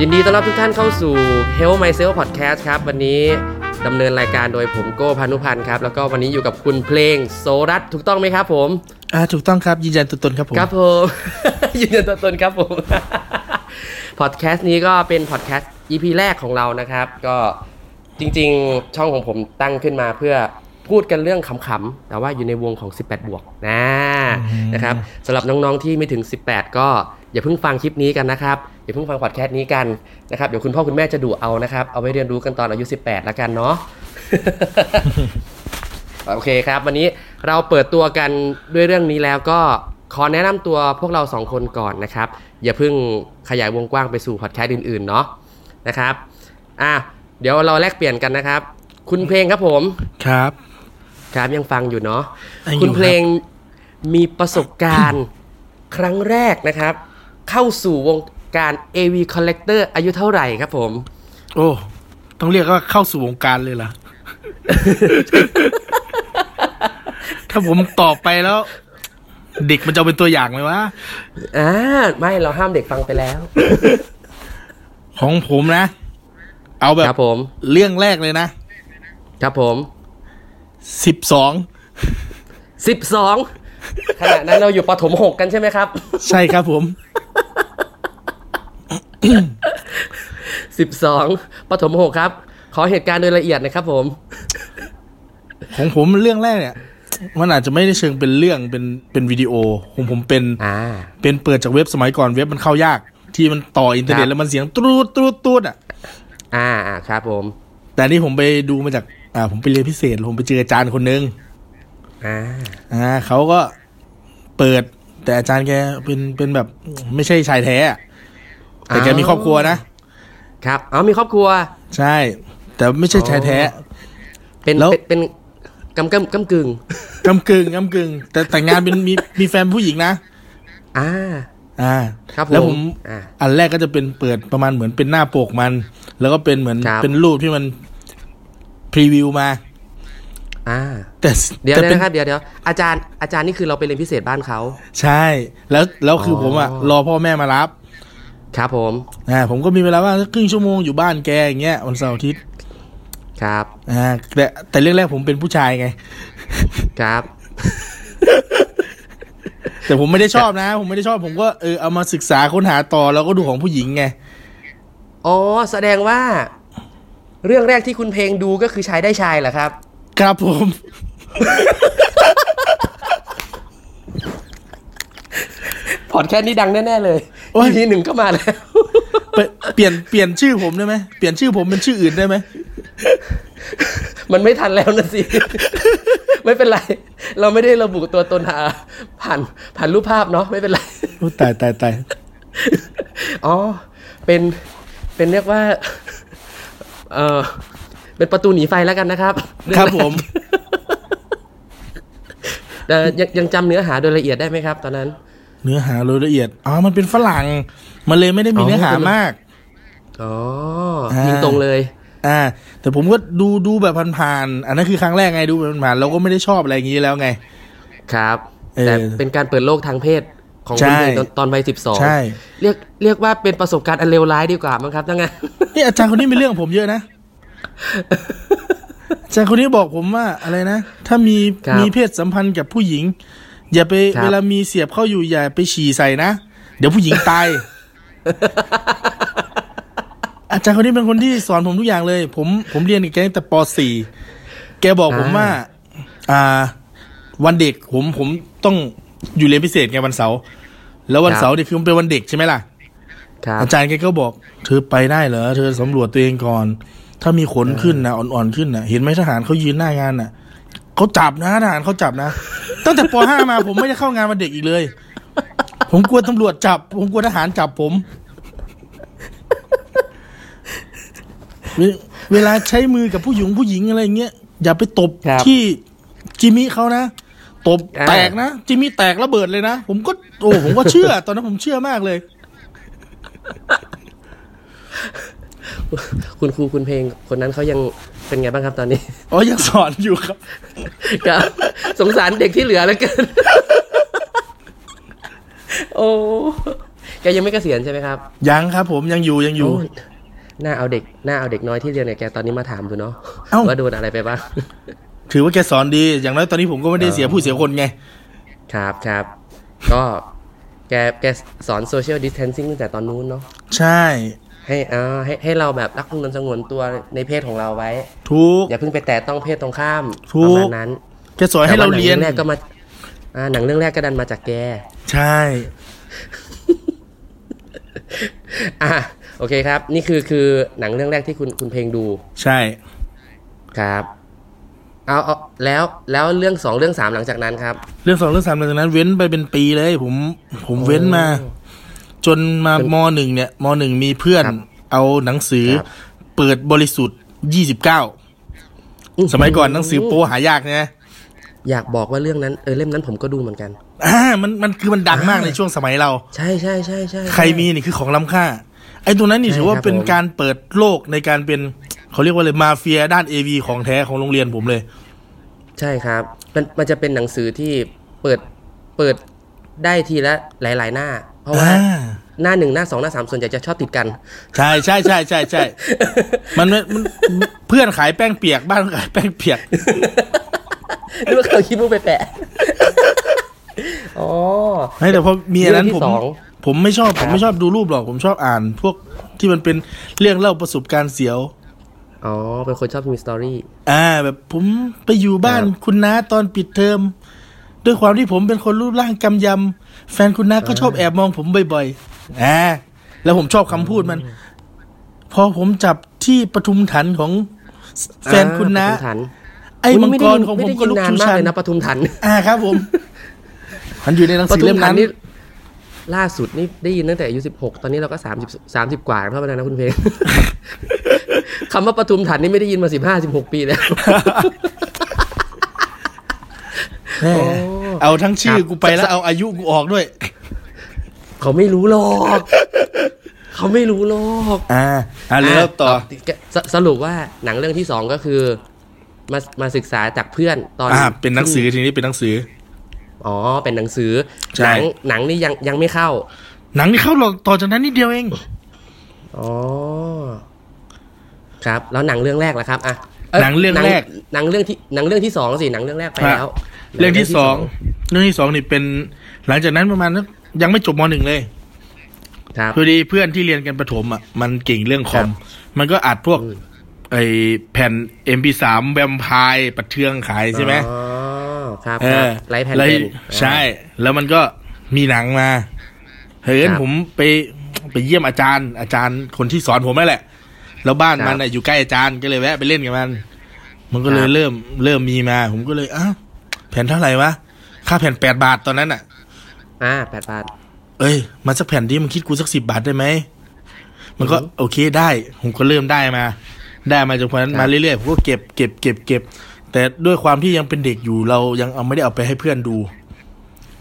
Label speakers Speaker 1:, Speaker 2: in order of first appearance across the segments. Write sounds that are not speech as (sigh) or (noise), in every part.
Speaker 1: ยินดีต้อนรับทุกท่านเข้าสู่ Help Myself Podcast ครับ วันนี้ดำเนินรายการโดยผมโก้พานุพันธ์ครับ แล้วก็วันนี้อยู่กับคุณเพลงโซรัตถูกต้องไหมครับผม
Speaker 2: อ่าถูกต้องครับยืนยันตัวตนครับผม
Speaker 1: ครับผม (laughs) ยืนยันตัวตนครับผม (laughs) พอดแคสต์นี้ก็เป็นพอดแคสต์ EP แรกของเรานะครับ ก็จริงๆ ช่องของผมตั้งขึ้นมาเพื่อพูดกันเรื่องขำๆ แต่ว่าอยู่ในวงของ 18 บวกนะนะครับสำหรับน้องๆ ที่ไม่ถึง 18 ก็อย่าเพิ่งฟังคลิปนี้กันนะครับ อย่าเพิ่งฟังพอดแคสต์นี้กันนะครับ เดี๋ยวคุณพ่อคุณแม่จะดูเอานะครับ เอาไว้เรียนรู้กันตอนอายุ 18 แล้วกันเนาะ (laughs) โอเคครับ วันนี้เราเปิดตัวกันด้วยเรื่องนี้แล้วก็ขอแนะนำตัวพวกเราสองคนก่อนนะครับ อย่าเพิ่งขยายวงกว้างไปสู่พอดแคสต์อื่นๆเนาะนะครับอ่ะเดี๋ยวเราแลกเปลี่ยนกันนะครับ คุณเพลงครับผม
Speaker 2: ครับ
Speaker 1: ครับยังฟังอยู่เนาะ
Speaker 2: อ่ะอยู่ครับ
Speaker 1: คุณเพลงมีประสบการณ์ (coughs) ครั้งแรกนะครับ เข้าสู่วงการ AV Collector อายุเท่าไหร่ครับผม
Speaker 2: โอ้ ต้องเรียกว่าเข้าสู่วงการเลยเหร
Speaker 1: (laughs)
Speaker 2: อ ถ้าผมตอบไปแล้ว เด็กมันจะเอาเป็นตัวอย่างไหมวะ
Speaker 1: อ่าไม่เราห้ามเด็กฟังไปแล้ว
Speaker 2: ของผมนะ เอาแบ
Speaker 1: ครับ บผม
Speaker 2: เรื่องแรกเลยนะครับ
Speaker 1: ผม
Speaker 2: สิบสอง
Speaker 1: สิบสอง (coughs) ขณะนั้นเราอยู่ปฐมหกกันใช่ไหมครับ (coughs)
Speaker 2: ใช่ครับผม
Speaker 1: สิบสองปฐมหกครับ ขอเหตุการณ์โดยละเอียดนะครับผม
Speaker 2: ของผมเรื่องแรกเนี่ย มันอาจจะไม่ได้เชิงเป็นเรื่องเป็นเป็นวิดีโอของผมเป็น
Speaker 1: อ่า
Speaker 2: เป็นเปิดจากเว็บสมัยก่อนเว็บมันเข้ายาก ที่มันต่ออินเทอร์เน็
Speaker 1: ครั
Speaker 2: ต
Speaker 1: บ
Speaker 2: แล้วมันเสียงตรูดตรูดตรูดอ่ะ
Speaker 1: อ่าอ่าครับผม
Speaker 2: แต่นี่ผมไปดูมาจาก อ่า ผมไปเรียนพิเศษ ผมไปเจออาจารย์คนหนึ่ง
Speaker 1: อ่า
Speaker 2: อ่าเขาก็เปิด แต่อาจารย์แกเป็นเป็นแบบไม่ใช่ชายแท้อะแต่แก
Speaker 1: อ้าว
Speaker 2: มีครอบครัวนะ
Speaker 1: ครับอ๋อมีครอบครัว
Speaker 2: ใช่ แต่ไม่ใช่ชายแท้
Speaker 1: เป็น
Speaker 2: แล้ว
Speaker 1: เป็นเป็นกำกำกำกึ่ง
Speaker 2: กำกึ่งกำกึ่งแต่แต่งงานเป็นมีมีแฟนผู้หญิงนะ
Speaker 1: อ่า
Speaker 2: อ่า
Speaker 1: ครับผม
Speaker 2: แล้วผม
Speaker 1: อ่า
Speaker 2: อันแรกก็จะเป็นเปิดประมาณเหมือนเป็นหน้าปกมัน แล้วก็เป็นเหมือน
Speaker 1: ครับ
Speaker 2: เป็นรูปที่มันพรีวิวมา
Speaker 1: อ่า
Speaker 2: แต่
Speaker 1: เดี๋ยว
Speaker 2: แต่
Speaker 1: เดี๋ยว
Speaker 2: เป็น
Speaker 1: นะครับเดี๋ยวเดี๋ยวอาจารย์อาจารย์นี่คือเราไปเรียนพิเศษบ้านเขา
Speaker 2: ใช่ แล้วแล้วคือผมอ่ะรอพ่อแม่มารับ
Speaker 1: ครับผม
Speaker 2: อ่าผมก็มีเวลาว่างสักครึ่งชั่วโมงอยู่บ้านแกอย่างเงี้ยวันเสาร์อาทิตย์
Speaker 1: ครับ
Speaker 2: อ่าแต่แต่เรื่องแรกผมเป็นผู้ชายไง
Speaker 1: ครับ
Speaker 2: แต่ผมไม่ได้ชอบนะ ผมไม่ได้ชอบผมก็เออเอามาศึกษาค้นหาต่อแล้วก็ดูของผู้หญิงไง
Speaker 1: อ๋อแสดงว่า เรื่องแรกที่คุณเพลงดูก็คือชายได้ชายเหรอครับ
Speaker 2: ครับผม
Speaker 1: พอดแคสต์นี้ดังแน่ๆเลยทีหนึ่งก็มาแล้ว
Speaker 2: เปลี่ยนเปลี่ยนเปลี่ยนชื่อผมได้ไหมเปลี่ยนชื่อผมเป็นชื่ออื่นได้ไหม
Speaker 1: มันไม่ทันแล้วนะสิ (laughs) ไม่เป็นไร เราไม่ได้ระบุตัวตนหาผ่านผ่านรูปภาพเนาะไม่เป็นไร (laughs)
Speaker 2: โอ้ตายตายตาย
Speaker 1: อ๋อ เป็นเป็นเรียกว่า เออเป็นประตูหนีไฟแล้วกันนะครับ
Speaker 2: ครับผม
Speaker 1: เอ่อยังยังจำเนื้อหาโดยละเอียดได้ไหมครับ ตอนนั้น
Speaker 2: เนื้อหารายละเอียดอ๋อมันเป็นฝรั่งมันเลยไม่ได้มีเนื้อหามาก
Speaker 1: อ๋อ
Speaker 2: อ่ายิ
Speaker 1: ยิงตรงเลย
Speaker 2: อ่า แต่ผมก็ดูดูแบบผ่านๆอันนั้นคือครั้งแรกไงดูแบบผ่านๆเราก็ไม่ได้ชอบอะไรอย่างนี้แล้วไง
Speaker 1: ครับ
Speaker 2: เออ
Speaker 1: แต่เป็นการเปิดโลกทางเพศของ
Speaker 2: ใช่
Speaker 1: คุณหญิงตอนตอนวัยสิบสอง
Speaker 2: ใช่
Speaker 1: เรียกเรียกว่าเป็นประสบการณ์อันเลวร้ายดีกว่ามั้งครับตั้งไงน
Speaker 2: นี่อาจารย์คนนี้มีเรื่องกับผมเยอะนะ อาจารย์คนนี้บอกผมว่าอะไรนะ ถ้ามี
Speaker 1: ครับ
Speaker 2: มีเพศสัมพันธ์กับผู้หญิง อย่าไป
Speaker 1: ครับ
Speaker 2: เวลามีเสียบเข้าอยู่อย่าไปฉี่ใส่นะ เดี๋ยวผู้หญิงตาย
Speaker 1: (laughs)
Speaker 2: อาจารย์คนนี้เป็นคนที่สอนผมทุกอย่างเลย ผมผมเรียนกับแกตั้งแต่ป .4 แกบอกผมว่า อ่า วันเด็กผมผมต้องอยู่เรียนพิเศษไงวันเสาร์แล้ววันเสาร์เนี่ยคือมันเป็นวันเด็กใช่ไหมล่ะ
Speaker 1: ครับ
Speaker 2: (laughs) อาจารย์แกก็บอก เธอไปได้เหรอ เธอสำรวจตัวเองก่อน ถ้ามีขนขึ้นนะอ่อนๆขึ้นนะเห็นไหมทหารเขายืนหน้างานน่ะเขาจับนะทหารเขาจับนะ ตั้งแต่ป .5 มาผมไม่ได้เข้างานวันเด็กอีกเลย ผมกลัวตำรวจจับ ผมกลัวทหารจับผมเวเวลาใช้มือกับผู้หญิงผู้หญิงอะไรอย่างเงี้ยอย่าไปตบ
Speaker 1: ครับ
Speaker 2: ที่จิมิเขานะตบ
Speaker 1: อ่า
Speaker 2: แตกนะจิมิแตกระเบิดเลยนะผมก็โอ้ผมก็เชื่อ ตอนนั้นผมเชื่อมากเลย
Speaker 1: คุณครูคุณเพลงคนนั้นเขายังเป็นไงบ้างครับตอนนี้ (laughs)
Speaker 2: อ๋อยังสอนอยู่ครับ
Speaker 1: ครับส (laughs) งสารเด็กที่เหลือแล้วกัน โอ้ แก กยังไม่เกษียณใช่ไหมครับ
Speaker 2: ยังครับ ผมยังอยู่ยังอยู่
Speaker 1: โหน้าเอาเด็กหน้าเอาเด็กน้อยที่เรียนเนี่ยแกตอนนี้มาถามดูเนาะ
Speaker 2: เอ้า
Speaker 1: ว่าโดนอะไรไปบ้าง
Speaker 2: ถือว่าแกสอนดี อย่างน้อยตอนนี้ผมก็ไม่ได้เสียผู้เสียคนไง
Speaker 1: ครับครับ ก็แกแกสอนโซเชียลดิสเทนซิ่งตั้งแต่ตอนนู้นเนาะ
Speaker 2: ใช่
Speaker 1: ให้อ่าให้ให้เราแบบรักนนสงวนตัวในเพศของเราไว้
Speaker 2: ทุก
Speaker 1: อย่าเพิ่งไปแตะต้องเพศตรงข้าม
Speaker 2: ถู
Speaker 1: ป
Speaker 2: ก
Speaker 1: ระมาณนั้น
Speaker 2: แกสอนให้เราเรียน
Speaker 1: แต่ว่หงองแรกก็มาอ่าหนังเรื่องแรกก็ดันมาจาก (laughs) แก
Speaker 2: ใช่
Speaker 1: อ่ะโอเคครับ นี่คือคือหนังเรื่องแรกที่คุณคุณเพลงดู
Speaker 2: ใช่
Speaker 1: ครับเอาเอาแล้วแล้วเรื่องสองเรื่องสามหลังจากนั้นครับ
Speaker 2: เรื่องสองเรื่องสามหลังจากนั้นเว้นไปเป็นปีเลย ผมผมเว้นมา จนมามหนึ่งเนี่ยมหนึ่งมีเพื่อน
Speaker 1: ครับ
Speaker 2: เอาหนังสือ
Speaker 1: ครับ
Speaker 2: เปิดบริสุทธิ์ยี่สิบเก้าสมัยก่อนหนังสือโป้หายากนะ
Speaker 1: อยากบอกว่าเรื่องนั้นเออเล่มนั้นผมก็ดูเหมือนกัน
Speaker 2: อ่ามันมันคือมันดังมากในช่วงสมัยเรา
Speaker 1: ใช่ใช่ใช่ใช่
Speaker 2: ใครมีนี่คือของล้ำค่า ไอ้ตรงนั้นนี่
Speaker 1: ใช่
Speaker 2: ถือว่า
Speaker 1: ครับ
Speaker 2: เป็น
Speaker 1: ผม
Speaker 2: การเปิดโลกในการเป็นเขาเรียกว่าเลยมาเฟียด้านเอวีของแท้ของโรงเรียนผมเลย
Speaker 1: ใช่ครับ มันมันจะเป็นหนังสือที่เปิดเปิดได้ทีละหลาย ๆ หน้า เพราะว่า
Speaker 2: อ่า
Speaker 1: หน้าหนึ่งหน้าสองหน้าสามส่วนใหญ่จะชอบติดกัน (laughs)
Speaker 2: ใช่ใช่ใช่ใช่ใช่ มันไม่มันเพื่อนขายแป้งเปียกบ้านขายแป้งเปียก
Speaker 1: นึกว่าเขาคิดมุกไปแปะ (laughs) อ๋อ
Speaker 2: ไม่แต่พอมีอันนั้น
Speaker 1: เรื่องที่
Speaker 2: ผม
Speaker 1: สอง
Speaker 2: ผมไม่ชอบ
Speaker 1: ค
Speaker 2: ผ
Speaker 1: รับ
Speaker 2: มไม่ชอบดูรูปหรอก ผมชอบอ่าน พวกที่มันเป็นเรื่องเล่าประสบการณ์เสียว
Speaker 1: อ๋อ เป็นคนชอบมีสตอรี่
Speaker 2: อ่า แบบผมไปอยู่บ้าน
Speaker 1: ครับ
Speaker 2: คุณน้าตอนปิดเทอมด้วยความที่ผมเป็นคนรูปร่างกำยำแฟนคุณน้าก็ชอบแอบมองผมบ่อยๆอ่าแล้วผมชอบคำพูดมัน พอผมจับที่ปทุมฐานของแฟนคุณน้า
Speaker 1: อ่ปทุมถัน
Speaker 2: ไอ้มังกร
Speaker 1: ย
Speaker 2: ของ
Speaker 1: ไได้ยิน
Speaker 2: ผมก็ลุก
Speaker 1: ไได้ยิ
Speaker 2: ชู
Speaker 1: นนานมาก
Speaker 2: ชัน
Speaker 1: เลยนะปทุมถัน
Speaker 2: อ่าครับผม มันอยู่ในหนัง
Speaker 1: ป
Speaker 2: สือ
Speaker 1: ทุ
Speaker 2: เล่
Speaker 1: ม
Speaker 2: ม
Speaker 1: ถั
Speaker 2: นั้น น
Speaker 1: นี่ล่าสุดนี่ได้ยินตั้งแต่อายุสิบหกตอนนี้เราก็สามสิบสามสิบกว่าแล้วเพราะฉะ (laughs) นั้นนะคุณเพลง คำว่าปทุมถันนี่ไม่ได้ยินมาสิบห้าสิบหกปีแล้ว
Speaker 2: แน่
Speaker 1: โอ้
Speaker 2: เอาทั้งชื่อ
Speaker 1: ครับ
Speaker 2: กูไปแล้วเอาอายุกูออกด้วย
Speaker 1: เขาไม่รู้หรอก เขาไม่รู้หรอก
Speaker 2: อ่าอ่าเริ่มต่อ
Speaker 1: ะสสรุปว่าหนังเรื่องที่สองก็คือมามาศึกษาจากเพื่อนตอน
Speaker 2: อ่า เป็นหนังสือทีนี้เป็นหนังสือ
Speaker 1: อ๋อ เป็นหนังสือ
Speaker 2: ใช่
Speaker 1: หนังหนังนี่ยังยังไม่เข้า
Speaker 2: หนังนี่เข้าต่อจากนั้นนิดเดียวเอง
Speaker 1: อ๋อ ครับ แล้วหนังเรื่องแรกล่ะครับอ่ะย
Speaker 2: หนังเรื่องแรก
Speaker 1: หนังเรื่องที่หนังเรื่องที่สองสิหนังเรื่องแรกไปแล้ว
Speaker 2: เรื่องที่สองเรื่องที่สองนี่เป็นหลังจากนั้นประมาณสักยังไม่จบมหนึ่งเลย
Speaker 1: ครับ
Speaker 2: พอดีเพื่อนที่เรียนกันประถมอ่ะมันเก่งเรื่องคอม มันก็อัดพวก ไอแผ่น MP3 แวมไพร์ปัดเทืองขายใช่ไหม
Speaker 1: อ๋อ ครับ
Speaker 2: เอ
Speaker 1: ครับ
Speaker 2: อ
Speaker 1: ไลฟ์แผ่น
Speaker 2: ไล
Speaker 1: เป็น
Speaker 2: ฟ์ใช่ แล้วมันก็มีหนังมาเฮ้ยงั้นผมไปไปเยี่ยมอาจารย์ อาจารย์คนที่สอนผมนั่นแหละ แล้วบ้านมันน่ะอยู่ใกล้อาจารย์ก็เลยแวะไปเล่นกับมัน มันก็เลยเริ่มเริ่มมีมา ผมก็เลยอ้าวแผ่นเท่าไหร่วะ ค่าแผ่นแปดบาทตอนนั้นอ่ะ
Speaker 1: อ่าแปดบาท
Speaker 2: เอ้ยมาสักแผ่นดิมันคิดกูสักสิบบาทได้ไหม มันก็โอเคได้ ผมก็เริ่มได้มา ได้มาจนพอนั้น
Speaker 1: ครับ
Speaker 2: มาเรื่อยๆผมก็เก็บเก็บเก็บเก็บ แต่ด้วยความที่ยังเป็นเด็กอยู่เรายังเอาไม่ได้เอาไปให้เพื่อนดู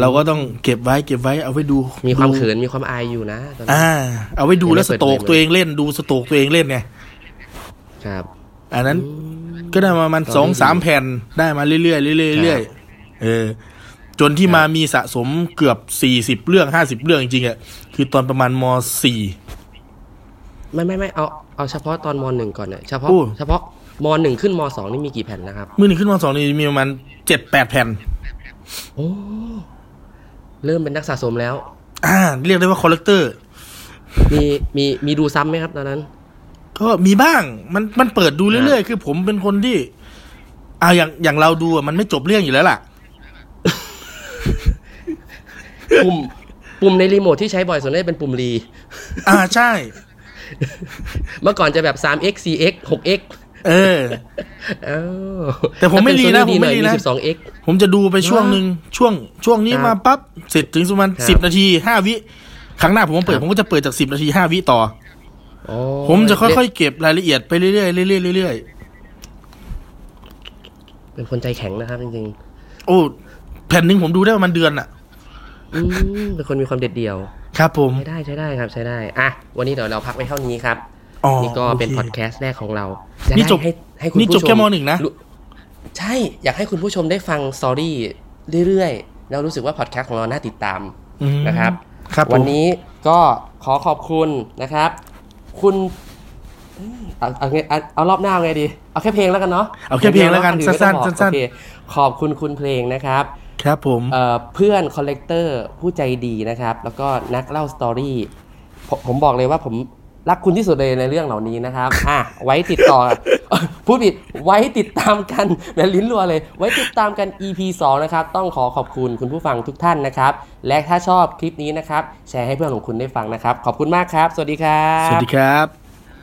Speaker 2: เราก็ต้องเก็บไว้เก็บไว้เอาไว้ดู
Speaker 1: มีความเขิ
Speaker 2: ดู
Speaker 1: นมีความอายอยู่นะตอนนั้น
Speaker 2: อ่า เอาไว้ดู
Speaker 1: ยังไม่
Speaker 2: แล้วสโต
Speaker 1: เปิด
Speaker 2: ก
Speaker 1: เผย
Speaker 2: ตัวเองเล่นดูสโตกตัวเองเล่นไง
Speaker 1: ครับ
Speaker 2: อันนั้นก็ได้มามันสองสามแผ่นได้มาเรื่อยๆเรื่อยๆเรื่อยๆเออ จนที่มามีสะสมเกือบสี่สิบเรื่องห้าสิบเรื่องจริงๆอ่ะคือตอนประมาณมสี่
Speaker 1: ไม่ไม่ไม่เอาเอาเฉพาะตอนมหนึ่งก่อนเนี่ยเฉพาะ
Speaker 2: อู้
Speaker 1: เฉพาะมหนึ่งขึ้นมสองนี่มีกี่แผ่นนะครับ
Speaker 2: มือหนึ่งขึ้นมาสองนี่มีประมาณเจ็ดแปดแผ่น
Speaker 1: โอ้เริ่มเป็นนักสะสมแล้ว
Speaker 2: อ่า เรียกได้ว่าคอลเลกเตอร์
Speaker 1: มีมีมีดูซ้ำไหมครับตอนนั้น
Speaker 2: ก็มีบ้าง มันมันเปิดดูเรื่อยๆ คือผมเป็นคนที่ อ่าอย่างอย่างเราดูอะมันไม่จบเรื่องอยู่แล้วล่ะ
Speaker 1: ปุ่มปุ่มในรีโมทที่ใช้บ่อยส่วนใหญ่เป็นปุ่มรี
Speaker 2: อ่าใช่
Speaker 1: เมื่อก่อนจะแบบ 3x 4x 6x
Speaker 2: เออ
Speaker 1: เอ้าว
Speaker 2: แต่ผมไม่รีนะผมไม่รีนะ
Speaker 1: สิบสอง x
Speaker 2: ผมจะดูไปช่วงหนึ่งช่วง ช่วงนี้
Speaker 1: ครับ
Speaker 2: มาปั๊บเสร็จถึงประมาณ
Speaker 1: ครับ
Speaker 2: สิบนาทีห้าวิ ครั้งหน้าผมมาเปิ
Speaker 1: ค
Speaker 2: ด
Speaker 1: รับ
Speaker 2: ผมก็จะเปิดจากสิบนาทีห้าวิต่อ
Speaker 1: อ๋อ
Speaker 2: ผมจะค่อยๆ เก็บรายละเอียดไปเรื่อยๆเรื่อยๆเรื่อย
Speaker 1: ๆเป็นคนใจแข็งนะครับจริง
Speaker 2: ๆโอ้แผ่นหนึ่งผมดูได้ประมาณเดือนอ่ะ
Speaker 1: ๆอืมเป็นคนมีความเด็ดเดี่ยว
Speaker 2: ครับผม
Speaker 1: ใช้ได้ใช้ได้ครับใช้ได้อ่ะวันนี้เดี๋ยวเราพักไว้เท่านี้ครับ
Speaker 2: อ๋อ
Speaker 1: นี่ก็เป็น
Speaker 2: โค
Speaker 1: พอดแคสต์แรกของเรา
Speaker 2: นี่
Speaker 1: นี่
Speaker 2: จบ
Speaker 1: ให้ให้คุณ
Speaker 2: นี่จ
Speaker 1: ผู้
Speaker 2: บ
Speaker 1: ช
Speaker 2: แค่มหนึ่งนะ
Speaker 1: รู้ใช่ อยากให้คุณผู้ชมได้ฟังสตอรี่เรื่อยๆ แล้วรู้สึกว่าพอดแคสต์ของเราน่าติดตาม
Speaker 2: อืม
Speaker 1: นะครับ
Speaker 2: ครับผม
Speaker 1: วันนี้ ก็ขอขอบคุณนะครับ คุณเอาเอาไงเอาเอารอบหน้าเอาไงดี เอาแค่เพลงแล้วกันเนาะ
Speaker 2: เอาแค่เพลงแล้วกัน
Speaker 1: ดี๋ย
Speaker 2: สั้นๆ
Speaker 1: ไม่ต้องบอก
Speaker 2: สั้นๆ
Speaker 1: โอเคขอบคุณคุณเพลงนะครับ
Speaker 2: ครับผม
Speaker 1: เอ่อเพื่อนคอลเลกเตอร์ผู้ใจดีนะครับ แล้วก็นักเล่าสตอรี่ผมผมบอกเลยว่าผมรักคุณที่สุดเลยในเรื่องเหล่านี้นะครับ (laughs) อ่ะไว้ติดต่อ (laughs) พูดผิดไว้ติดตามกัน (laughs) แหมลิ้นรัวเลย ไว้ติดตามกัน EP 2 นะครับ ต้องขอขอบคุณคุณผู้ฟังทุกท่านนะครับ และถ้าชอบคลิปนี้นะครับ แชร์ให้เพื่อนของคุณได้ฟังนะครับ ขอบคุณมากครับ สวัสดีครับ
Speaker 2: สวัสดีครับ